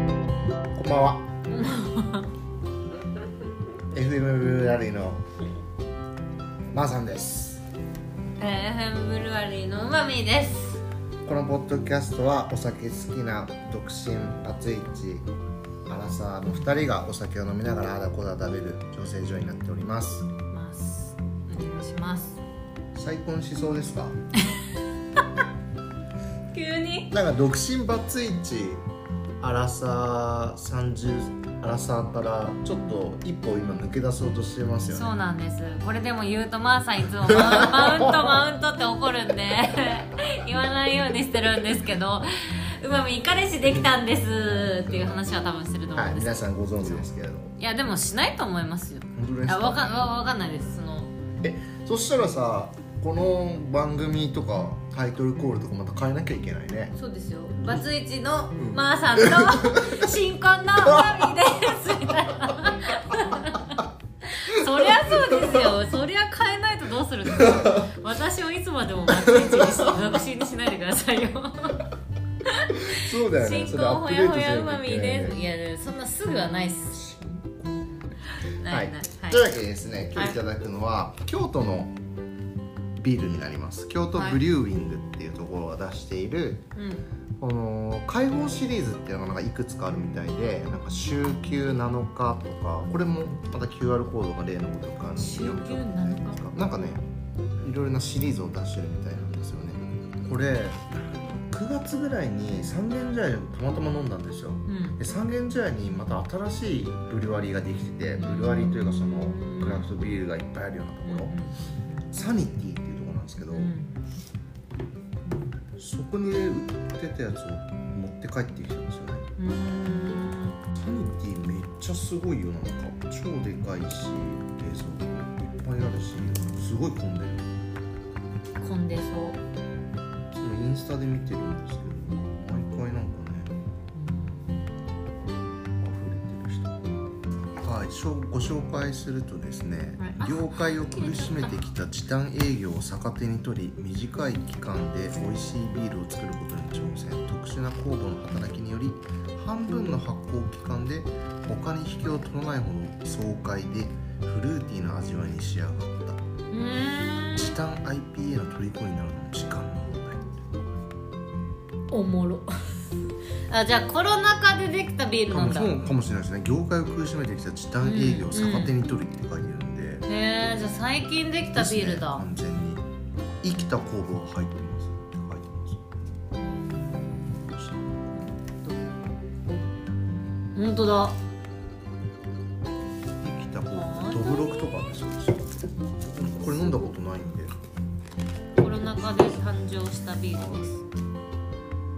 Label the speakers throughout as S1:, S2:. S1: こんばんは。FM ブルーラリーのまーさんです。
S2: えー、フェンブルワリーのうまみです
S1: このポッドキャストはお酒好きな独身バツイチアラサーの2人がお酒を飲みながらあだこだ食べる調整所になっております。
S2: ますお願いします
S1: 再婚しそうですか
S2: 急に
S1: なんか独身バツイチアラサー30アラサーからちょっと一歩今抜け出そうとしてますよね
S2: そうなんですこれでも言うとマーさんいつもマウンマウントマウントって怒るんで 言わないようにしてるんですけどうまみ彼氏できたんですっていう話は多分すると思
S1: は
S2: う
S1: い
S2: んです、
S1: 皆
S2: い、
S1: さんご存知ですけれども
S2: やでもしないと思いますよ
S1: 本当
S2: い
S1: です
S2: や
S1: か
S2: わかんわわかんないですその
S1: そしたらさこの番組とかタイトルコールとかまた変えなきゃいけないね
S2: そうですよバツイチの
S1: ん
S2: マーさんと新婚のマミですみたいなそりゃそうですよそりゃ変えないとどうするんですか私をいつまでもバツイチにし独身にしないでくださいよ
S1: そうだよね
S2: 新
S1: それアッ
S2: 婚ほ
S1: プデ
S2: や
S1: ー
S2: ほ
S1: トし
S2: やう
S1: な
S2: ま
S1: きゃい
S2: み
S1: けない
S2: で
S1: ね
S2: すいやそんなすぐはないっす
S1: は
S2: ない
S1: い
S2: ない、
S1: というわ
S2: はい
S1: けでですね今日いただくのは、京都のビールになります京都
S2: はい
S1: ブリューイングっていうところが出している、
S2: うん
S1: この開放シリーズっていうのがなんかいくつかあるみたいでなんか週休7日とかこれもまた QR コードが例のごとくあるんで
S2: 週休
S1: 読み取っていただけますかなんかねいろいろなシリーズを出してるみたいなんですよねこれ9月ぐらいに三軒茶屋をたまたま飲んだんですよ
S2: うん
S1: で三軒茶屋にまた新しいブリュワリーができててブリュワリーというかそのクラフトビールがいっぱいあるようなところサニティっていうところなんですけど、
S2: うんうん
S1: そこに売ってたやつを持って帰ってきたんですよね
S2: うんうん
S1: サニティめっちゃすごいよなんか超でかいし冷蔵庫いっぱいあるしすごい混んでる
S2: 混んでそう
S1: そのインスタで見てるんですけど毎回なんかね溢れてる人はいしょご紹介するとですね
S2: はいあ
S1: 業界を苦しめてきた時短営業を逆手に取り短い期間で美味しいビールを作ることに挑戦特殊な酵母の働きにより半分の発酵期間で他に引けを取らないほど爽快でフルーティーな味わいに仕上がった
S2: うんうん
S1: 時短 IPA の虜になるのも時間の問題
S2: おもろ あじゃあコロナ禍でできたビール
S1: か
S2: なん
S1: も
S2: だ
S1: そうかもしれないですね業界を苦しめてきた時短営業を逆手に取るって書いてるんで、
S2: へえじゃあ最近できたビールだ、
S1: 完全に生きた酵母が入ってますって書いてます
S2: ほんとだ
S1: 生きた酵母ドブロクとかあるそうですよこれ飲んだことないんで
S2: コロナ禍で誕生したビール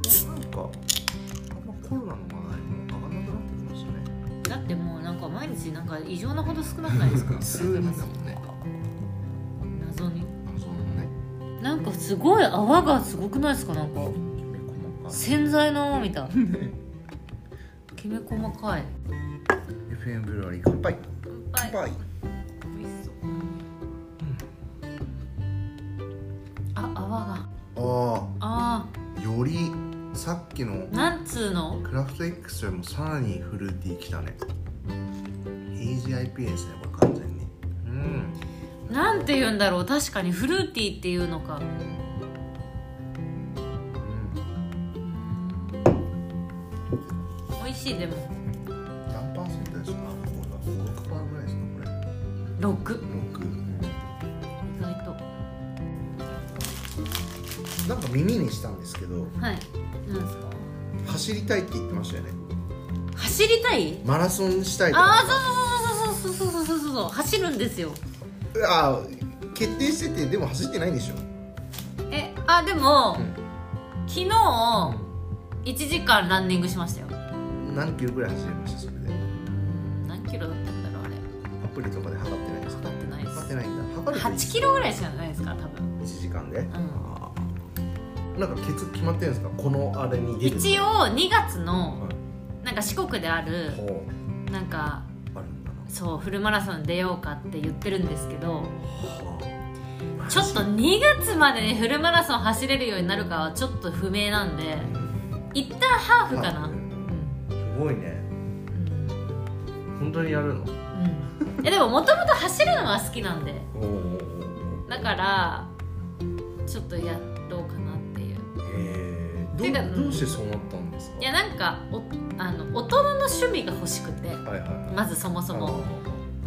S2: です
S1: なんかあんまコロナの話題も上がらなくなってきましたね
S2: だってもうなんか毎日なんか異常なほど少なくないです か
S1: 数人だもんね
S2: 謎に
S1: 謎のね
S2: なんかすごい泡がすごくないですかなんか
S1: きめ細かい
S2: 洗剤の泡 みたいきめ細かい
S1: FM ブルワリー乾杯
S2: 乾
S1: 乾杯
S2: 美味しそうあ泡が
S1: あ
S2: あ
S1: あよりさっきの
S2: ーなんつうの
S1: クラフト X よりもさらにフルーティーきたねイージー IPA ですねこれ完全にうん
S2: なんて言うんだろう確かにフルーティーっていうのか美味しいでも
S1: 何パーセントですかこれは6パーぐらいですかこれ
S2: 6
S1: 6、
S2: 意外と
S1: なんか耳にしたんですけど
S2: はいなんですか
S1: 走りたいって言ってましたよね
S2: 走りたい
S1: マラソンしたいとか
S2: ああそうそうそうそうそうそうそうそう走るんですよ
S1: あー決定しててでも走ってないんでしょ、
S2: えあでも、
S1: うん
S2: 昨日1時間ランニングしましたよ
S1: 何キロぐらい走りましたそれで
S2: うん何キロだったんだろうあれ
S1: アプリとかで測ってないんですか
S2: 測ってないで
S1: 測っ
S2: す
S1: てないんだ測ると
S2: 8キロぐらいしかないですから多分
S1: 1時間で、
S2: うん
S1: なんかケツ決まってるんですかこのあれに出る
S2: 一応2月の
S1: は
S2: なんか四国である
S1: ほ
S2: なんか
S1: うあるんだな
S2: そうフルマラソン出ようかって言ってるんですけ
S1: は
S2: ど
S1: あ
S2: ちょっと2月までにフルマラソン走れるようになるかはちょっと不明なんで一旦ハーフかな、
S1: ハーフ
S2: うん
S1: すごいね
S2: うん
S1: 本当にやるの
S2: うん、えでももともと走るのは好きなんで
S1: おお
S2: だからちょっとやろうかなっていう
S1: へ
S2: てか
S1: えどどうしてそうなったんですか
S2: いやなんかおあの大人の趣味が欲しくて
S1: はいはいはい
S2: まずそもそも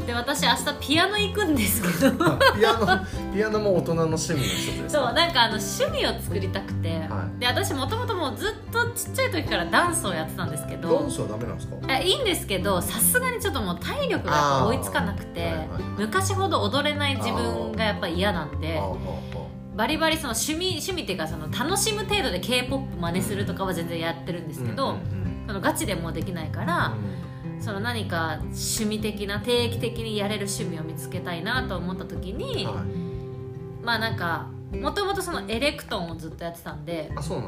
S2: で私明日ピアノ行くんですけど
S1: あピアノ ピアノも大人の趣味の一つです
S2: そう
S1: か
S2: なんかあの趣味を作りたくて、
S1: は
S2: で私もともともうずっとちっちゃい時からダンスをやってたんですけ
S1: ダ
S2: ど
S1: ンスはダメなんですか
S2: えいいんですけどさすがにちょっともう体力がやっぱ追いつかなくて、
S1: あーはいはい
S2: 昔ほど踊れない自分がやっぱ嫌なんで
S1: あああ
S2: バリバリその趣味趣味っていうかその楽しむ程度で k p o p 真似するとかは全然やってるんですけ
S1: うん
S2: ど、
S1: うんうん
S2: そのガチでもうできないから、その何か趣味的な定期的にやれる趣味を見つけたいなと思った時
S1: うん
S2: に、
S1: はい
S2: まあなんかもともとそのエレクトンをずっとやってたんで
S1: あそうなん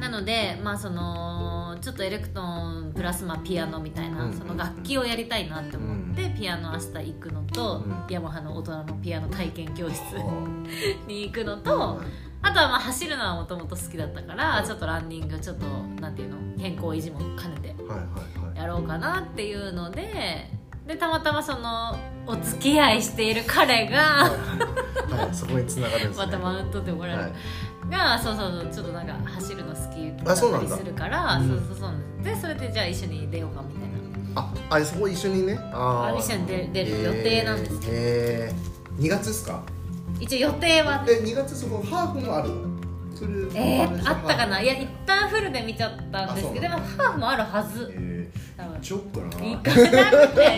S1: だ
S2: なのでまあそのちょっとエレクトンプラスまあピアノみたいな、
S1: うん
S2: その楽器をやりたいなって思って、
S1: う
S2: ピアノ明日行くのと、
S1: うん
S2: ヤマハの大人のピアノ体験教室
S1: あ
S2: に行くのと。
S1: はい
S2: あとはまあ走るのはもともと好きだったから、
S1: はい
S2: ちょっとランニングちょっとなんていうの健康維持も兼ね
S1: はいはいはい
S2: てやろうかなっていうのででたまたまそのお付き合いしている彼が
S1: はいはいそこに繋がるんですね
S2: またマウントってもらえる、
S1: はい
S2: がそうそうそうちょっとなんか走るの好きだ
S1: あ
S2: っ
S1: そう
S2: た
S1: なん
S2: り
S1: だ
S2: するから
S1: うん
S2: そうそうそうなんですでそれでじゃあ一緒に出ようかみたいな
S1: ああそこ一緒にねあ
S2: あ
S1: ー
S2: 一緒に出る出る予定なんです
S1: へえ2月ですか
S2: 一応予定は
S1: え2月そこハーフもあるのフル
S2: え
S1: フル
S2: ー、あったかないや一旦フルで見ちゃったんですけどで
S1: あ
S2: も
S1: そう
S2: ハーフもあるはず
S1: え
S2: 多分
S1: ー、ちょっかな
S2: 行かなくて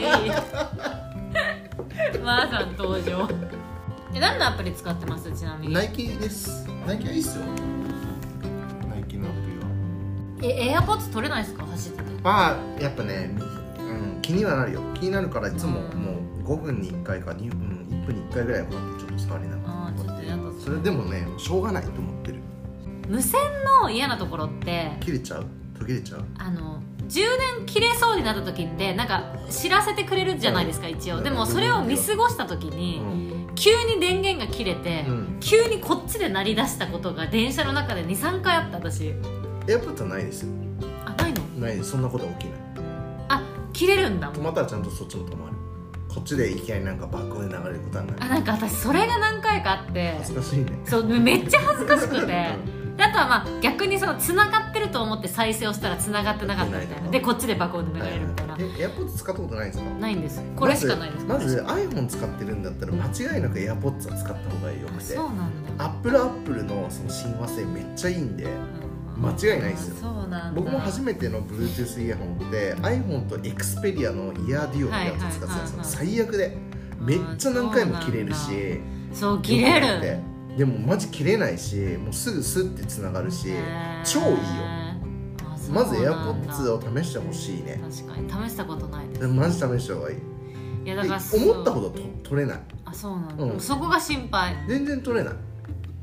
S2: いい マーさん登場え何のアプリ使ってますちなみに
S1: ナイキですナイキはいいっすよナイキのアプリは
S2: えエアポッツ取れないですか走ってて
S1: まあやっぱね、うん、気にはなるよ気になるからいつももう5分に1回か2、うん、1分に1回ぐらいはこうやってちょっと触りなが
S2: あーちょっとやだ
S1: らそれでもねしょうがないと思ってる
S2: 無線の嫌なところって
S1: 切れちゃう途切れちゃう
S2: あの充電切れそうになった時ってなんか知らせてくれるじゃないですか一応でもそれを見過ごした時
S1: う
S2: に
S1: ん
S2: 急に電源が切れて、
S1: うん
S2: 急にこっちで鳴り出したことが電車の中で23回あった私
S1: エアポッドはないですよ
S2: あないの
S1: ないそんなことは起きない
S2: あ切れるんだも
S1: 止
S2: ん
S1: まったらちゃんとそっちも止まるこっちでいきなりなんかバックで流れることはな
S2: あ
S1: い
S2: なんか私それが何回かあって
S1: 恥ずかしいね
S2: そうめっちゃ恥ずかしくて
S1: うん
S2: であとはまあ逆にその繋がってると思って再生をしたら繋がってなかったみたいなでこっちで爆音で流れるみたいな、
S1: えエアポッド使ったことないんですか
S2: ないんですこれしかないです
S1: まず
S2: こ
S1: まず iPhone 使ってるんだったら間違いなく AirPods は使った方がよ
S2: れ
S1: く
S2: し
S1: て
S2: かあそうなんだ、
S1: Apple Apple のその親和性めっちゃいいんで
S2: うん
S1: 間違いないですよ
S2: そうなんだ
S1: 僕も初めての Bluetooth イヤホンって iPhone と Xperia のイヤーデュオってやつを使ってたんですよ
S2: は
S1: 最悪でめっちゃ何回も切れる
S2: あー
S1: し
S2: そう切れ
S1: よくな
S2: る
S1: ってでもマジ切れないしもうすぐスッてつながるし
S2: へー
S1: 超いいよ
S2: あそうな
S1: ま
S2: んだ
S1: ず AirPods を試してほしいね
S2: 確かに試したことないです
S1: マジ試した方がいい
S2: いやだ
S1: で
S2: から
S1: 思ったほど
S2: と
S1: と取れない
S2: あそうなんだ、
S1: うん
S2: そこが心配
S1: 全然取れない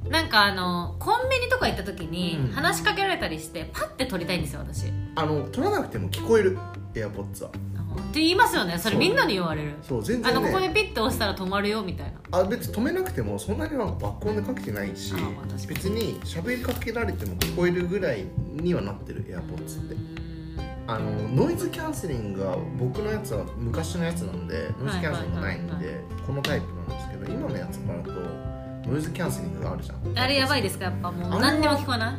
S2: なんかあのコンビニとか行った時に
S1: うん
S2: 話しかけられたりしてパッて撮りたいんですよ私
S1: あの取らなくても聞こえる AirPods は
S2: って言いますよねそれ
S1: そう
S2: みんなに言われる
S1: そう全
S2: あ
S1: 然
S2: のここで
S1: ね
S2: ピッて押したら止まるよみたいな
S1: あ別に止めなくてもそんなになんか爆音でかけてないし
S2: あまあ確かに
S1: 別に喋りかけられても聞こえるぐらいにはなってる AirPods って
S2: うーん
S1: あのノイズキャンセリングが僕のやつは昔のやつなんでノイズキャンセリングがないん
S2: はいはい
S1: でこのタイプなんですけど今のやつからとノイズキャンセリングがあるじゃん
S2: あれやばいですかやっぱもう
S1: あれは
S2: 何でも聞こえない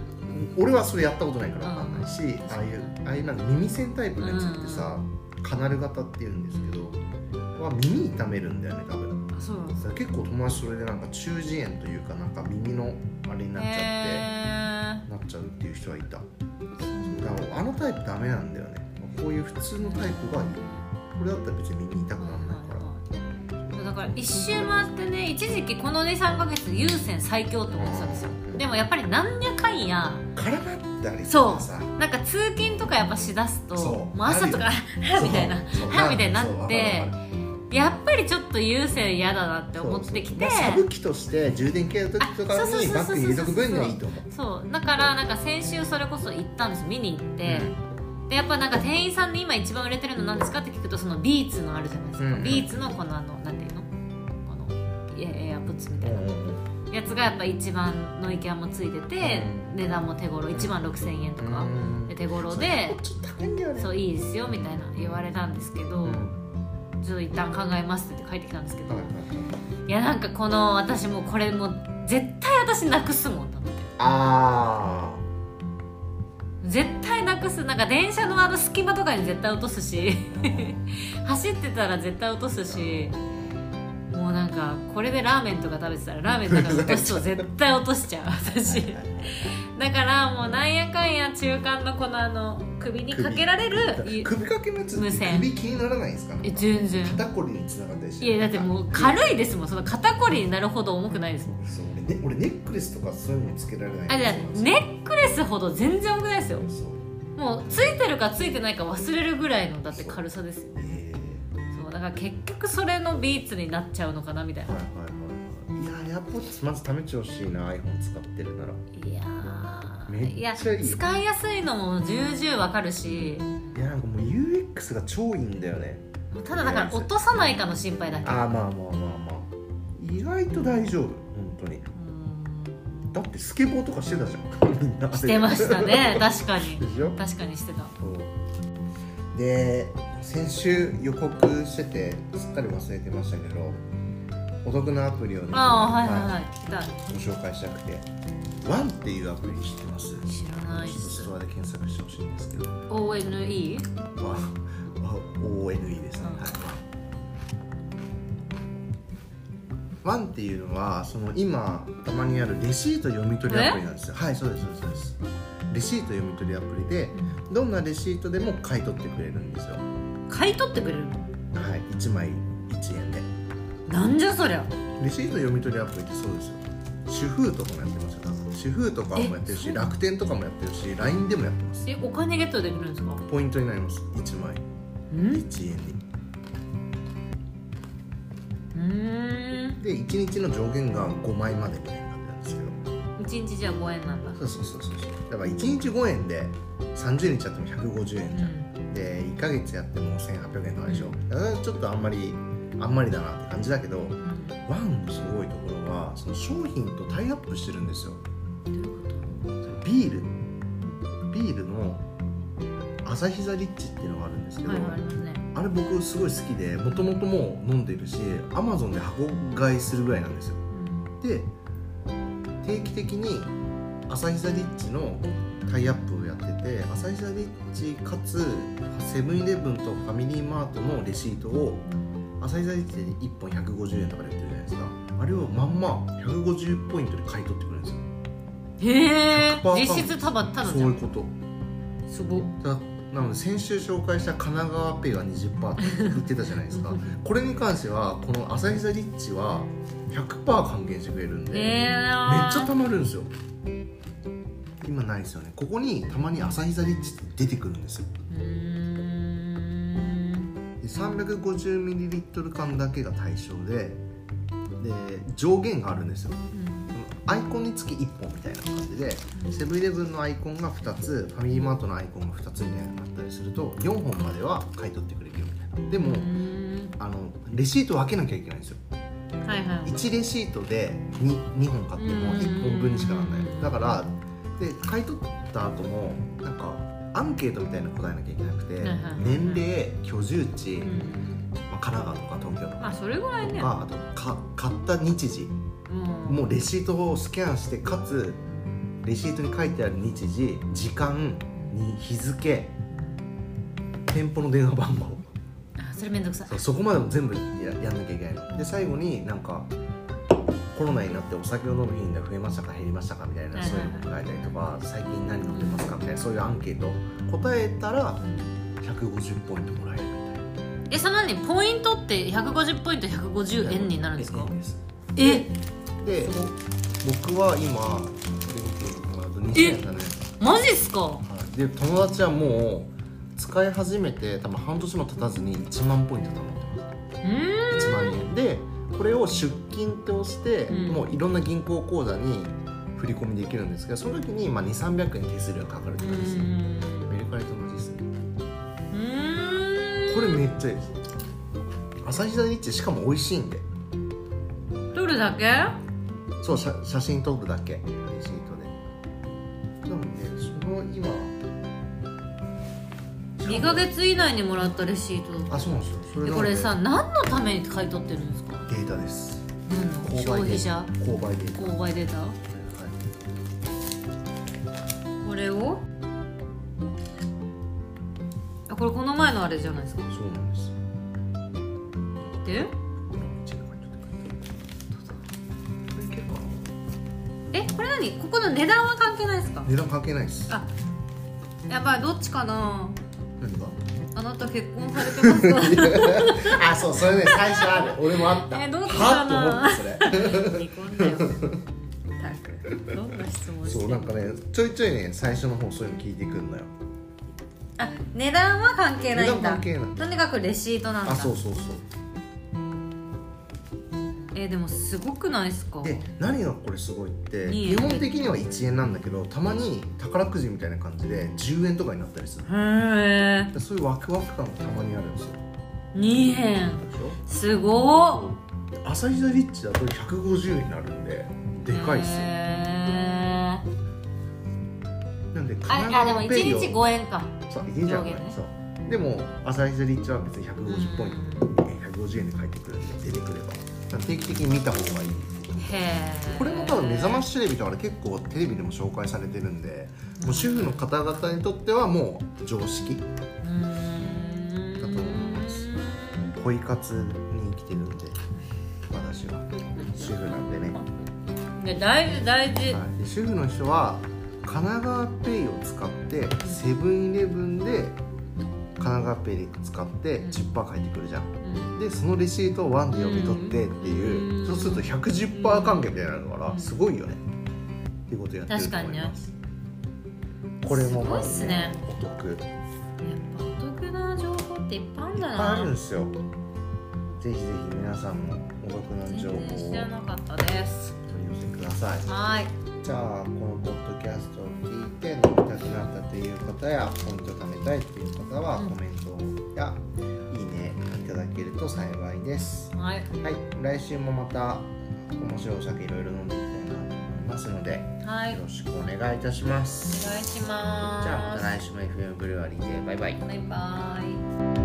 S1: 俺はそれやったことないからわかんないし、ああいうああいうなんか耳栓タイプのやつってさ、カナル型って言うんですけどは耳痛めるんだよね多分
S2: あそうなんです
S1: だから結構友達それでなんか中耳炎というかなんか耳のあれになっちゃって、
S2: へ
S1: なっちゃうっていう人はいただからあのタイプダメなんだよねこういう普通のタイプがいいこれだったら別に耳痛くならないから
S2: ーだから一周回ってね一時期この23か月優先最強って思ってたんですよ
S1: うん
S2: でもやっぱりなんやかんや
S1: 絡まったり
S2: そ
S1: と
S2: う
S1: かさ
S2: なんか通勤とかやっぱしだすと
S1: そう
S2: もう 朝とかみたいな
S1: そうそう
S2: はみたいになって
S1: そうわかるわかる
S2: やっぱりちょっと優先嫌だなって思ってきて
S1: そうそうまあサブ機として充電系の時と
S2: あ
S1: か
S2: そうそう
S1: に
S2: そう
S1: バッ
S2: そうそう
S1: グに入れとく分にはいいと思う
S2: そうだからなんか先週それこそ行ったんです見に行って、でやっぱなんか店員さんに今一番売れてるの何ですかって聞くとそのビーツのあるじゃないですか、
S1: うんうん
S2: ビーツのこのあのなんていうのこのエエアプッツみたいなやつがやっぱ一番ノイキャンもついてて、
S1: うん
S2: 値段も手頃1万6000円とか、
S1: うん
S2: で手頃で
S1: ちょっと高いんだよね
S2: そうういいですよみたいな言われたんですけど、
S1: ん
S2: ちょっと一旦考えますって帰ってきたんですけど、
S1: はいはいはい
S2: いやなんかこの私もうこれもう絶対私なくすもんと思って
S1: あ
S2: 絶対なくすなんか電車のあの隙間とかに絶対落とすし 走ってたら絶対落とすしもうなんかこれでラーメンとか食べてたらラーメンとか落とすと絶対落としちゃう私
S1: ーはい
S2: だからもうなんやかんや中間のこのあの首にかけられる
S1: はい首掛けのやつっ
S2: 無
S1: て
S2: 線
S1: 首気にならないですか
S2: え
S1: ね
S2: 全然
S1: 肩こりにつながったりして
S2: いやだってもう軽いですもんその肩こりになるほど重くないですもん
S1: そう俺,、ね、俺ネックレスとかそういうのつけられない
S2: あじゃあネックレスほど全然重くないですよ
S1: そう
S2: もうついてるかついてないか忘れるぐらいのだって軽さですよ
S1: ええ
S2: そうだから結局それのビーツになっちゃうのかなみたいな
S1: はいはいはいはいいや AirPods まず試してほしいな iPhone 使ってるなら
S2: いや
S1: めっ
S2: ー
S1: ちゃいい
S2: いや使いやすいのも重々わかるし
S1: いやなんかもう UX が超いいんだよね
S2: ただだから落とさないかの心配だけう
S1: ああまあまあまあまあ意外と大丈夫本当にだってスケボーとかしてたじゃんみんな
S2: ーんしてましたね
S1: で
S2: 確かに
S1: しょ
S2: 確かにしてた
S1: そうで先週予告しててすっかり忘れてましたけどお得なアプリをね
S2: ああはいはい
S1: は
S2: はいいだ
S1: ご紹介したくてワンっていうアプリ知ってます
S2: 知らない
S1: ちょっとストアで検索してほしいんですけど
S2: ONE
S1: わ ONE ですね、
S2: うん
S1: はいワンっていうのはその今たまにあるレシート読み取りアプリなんですよはいそうですそうですそうですレシート読み取りアプリでどんなレシートでも買い取ってくれるんですよは
S2: 買い取ってくれるの
S1: い1枚1円で
S2: なんじゃそりゃ
S1: レシート読み取りアプリってそうですよ主婦とかもやってますよ多分主婦とかもやってる
S2: えそ
S1: し
S2: うなの
S1: 楽天とかもやってるし LINE でもやってます
S2: えお金ゲットできるんですか
S1: ポイントになります1枚
S2: うんう
S1: 1円に
S2: ーん
S1: で1日の上限が5枚までみたいになってるんですけど
S2: 1日じゃ5円なんだ
S1: そうそうそうそうそうだから1日5円で30日やっても150円じゃん、で1ヶ月やっても1800円とかでしょだからちょっとあんまりあんまりだなって感じだけど
S2: うんうん
S1: ワンのすごいところはその商品とタイアップしてるんですよ
S2: どういうこと
S1: ビールビールのアサヒザリッチっていうのがあるんですけど、
S2: はいはいありますね
S1: あれ僕すごい好きでもともともう飲んでるしアマゾンで箱買いするぐらいなんですよで定期的に朝日ザリッチのタイアップをやってて朝日ザリッチかつセブンイレブンとファミリーマートのレシートを朝日ザリッチで1本150円とかで売ってるじゃないですかあれをまんま150ポイントで買い取ってくれるんですよ
S2: へえ
S1: 100%
S2: 実質ただただ
S1: そう
S2: じゃ
S1: いうんこと
S2: すごっ
S1: だなので先週紹介した神奈川ペイは20%って言ってたじゃないですかこれに関してはこの朝日ザリッチは100%還元してくれるんで
S2: ええ
S1: めっ
S2: な
S1: ちゃ溜まるんですよ今ないですよねここにたまに朝日ザリッチって出てくるんですよ
S2: うーん
S1: で 350ml 缶だけが対象でで上限があるんですよアイコンにつき1本みたいな感じでセブンイレブンのアイコンが2つファミリーマートのアイコンが2つみたいなのがあったりすると4本までは買い取ってくれるよみたいなで
S2: う
S1: も
S2: ん
S1: あのレシート分けなきゃいけないんですよ
S2: はいはい
S1: 1レシートで 2, 2本買っても1本分にしかならないだからで買い取った後もなんかアンケートみたいなの答えなきゃいけなくて
S2: はいはい
S1: 年齢居住地、
S2: うん
S1: まあ、神奈川とか東京と
S2: まあ
S1: か
S2: それぐらい
S1: と
S2: ね
S1: かあとか買った日時
S2: うん
S1: もうレシートをスキャンしてかつレシートに書いてある日時時間に日付店舗の電話番号
S2: あそれめんどくさい
S1: そうそこまでも全部ややんなきゃいけないので最後になんかコロナになってお酒を飲む頻度が増えましたか減りましたかみたいな
S2: はいはい
S1: そういうのを書いたりとか最近何飲んでますかみたいなそういうアンケート答えたら150ポイントもらえるみたいな
S2: えその何ポイントって150ポイント150円になるんですか
S1: 円です
S2: え
S1: で僕は今現金
S2: え
S1: 2700円だね
S2: マジっすか
S1: はいで友達はもう使い始めて多分半年も経たずに1万ポイント貯まってます
S2: うん
S1: 1万円でこれを出金として、
S2: うん
S1: もういろんな銀行口座に振り込みできるんですけどその時にまあ2300円手数料がかかるって感じです、メルカリと同じですね
S2: うん
S1: これめっちゃいいです朝日ザリッチしかも美味しいんで
S2: 取るだけ
S1: そう写写真撮るだけレシートでなのでその今
S2: 2ヶ月以内にもらったレシート
S1: あそうなんですよそれ
S2: で
S1: な
S2: こ
S1: ので
S2: れさ何のために買い取ってるんですか
S1: データです
S2: 何の
S1: 購
S2: 消
S1: 買デ
S2: 費
S1: ータ
S2: 者
S1: 購買データ
S2: 購買データこれをあこれこの前のあれじゃないですか
S1: はいそうなんです
S2: でえこれ何ここの値段は関係ないですか
S1: 値段関係ないです
S2: あやばいどっちかな
S1: 何が
S2: あなた結婚されてますか
S1: あそうそれね最初ある 俺もあった
S2: えどっち
S1: は
S2: か
S1: っ
S2: な
S1: と思って
S2: 離婚 だよったくどんな質問
S1: それそ
S2: し
S1: う
S2: て
S1: なんかねちょいちょいね最初の方そういうの聞いてくんのよ
S2: あ値段は関係ないん
S1: 値
S2: だ
S1: 段関係ない
S2: とにかくレシートなんだ
S1: あそうそうそう
S2: えでもすごくないですか
S1: で何がこれすごいって
S2: いい
S1: 基
S2: よ
S1: 本的には1円なんだけどたまに宝くじみたいな感じで10円とかになったりする
S2: へえ
S1: でそういうワクワク感がたまにあるんですよ
S2: 2円
S1: でしょ
S2: すごっ
S1: 朝日座リッチだと150円になるんででかいっすよ
S2: へー
S1: なんで神
S2: ああでも1
S1: ペイを
S2: 日5円か
S1: そういいじゃん
S2: 上下ね
S1: そうでも朝日座リッチは別に150ポイント150円で返ってくるんで出てくればだから定期的に見た方がいい
S2: へえ
S1: これも多分目覚ましテレビとかで結構テレビでも紹介されてるんでもう主婦の方々にとってはもう常識
S2: うー
S1: だ
S2: ん
S1: と思いますポイ活に生きてるんで私は主婦なんでね、はい
S2: や大事大事
S1: い、主婦の人は神奈川ペイを使ってセブンイレブンで神奈川ペイで使って
S2: うん
S1: 10%返ってくるじゃん
S2: うん
S1: でそのレシートを1で読み取ってっていう、
S2: うん
S1: そうすると110%還元みたいになるからすごいよねっていうことやってると思いますこれもまず
S2: す
S1: お得
S2: やっぱお得な情報っていっぱいあるんだ
S1: あるん
S2: な
S1: ですよぜひぜひ皆さんもお得な
S2: 全
S1: 情報を
S2: 然
S1: 取
S2: 知
S1: り
S2: らなかったです
S1: 寄せください
S2: はい
S1: じゃあこのポッドキャストを聞いて飲みたくなったという方やポイント貯めたいという方は
S2: うん
S1: コメントやいいねいただけると幸いです
S2: はい
S1: はい来週もまた面白いお酒いろいろ飲んでいきたいなと思いますのでよ
S2: はいお願
S1: ろしくお願いいたします
S2: いし
S1: じゃあま
S2: ま
S1: すた来週も FM ブルワリーでバイバイ
S2: バイバイ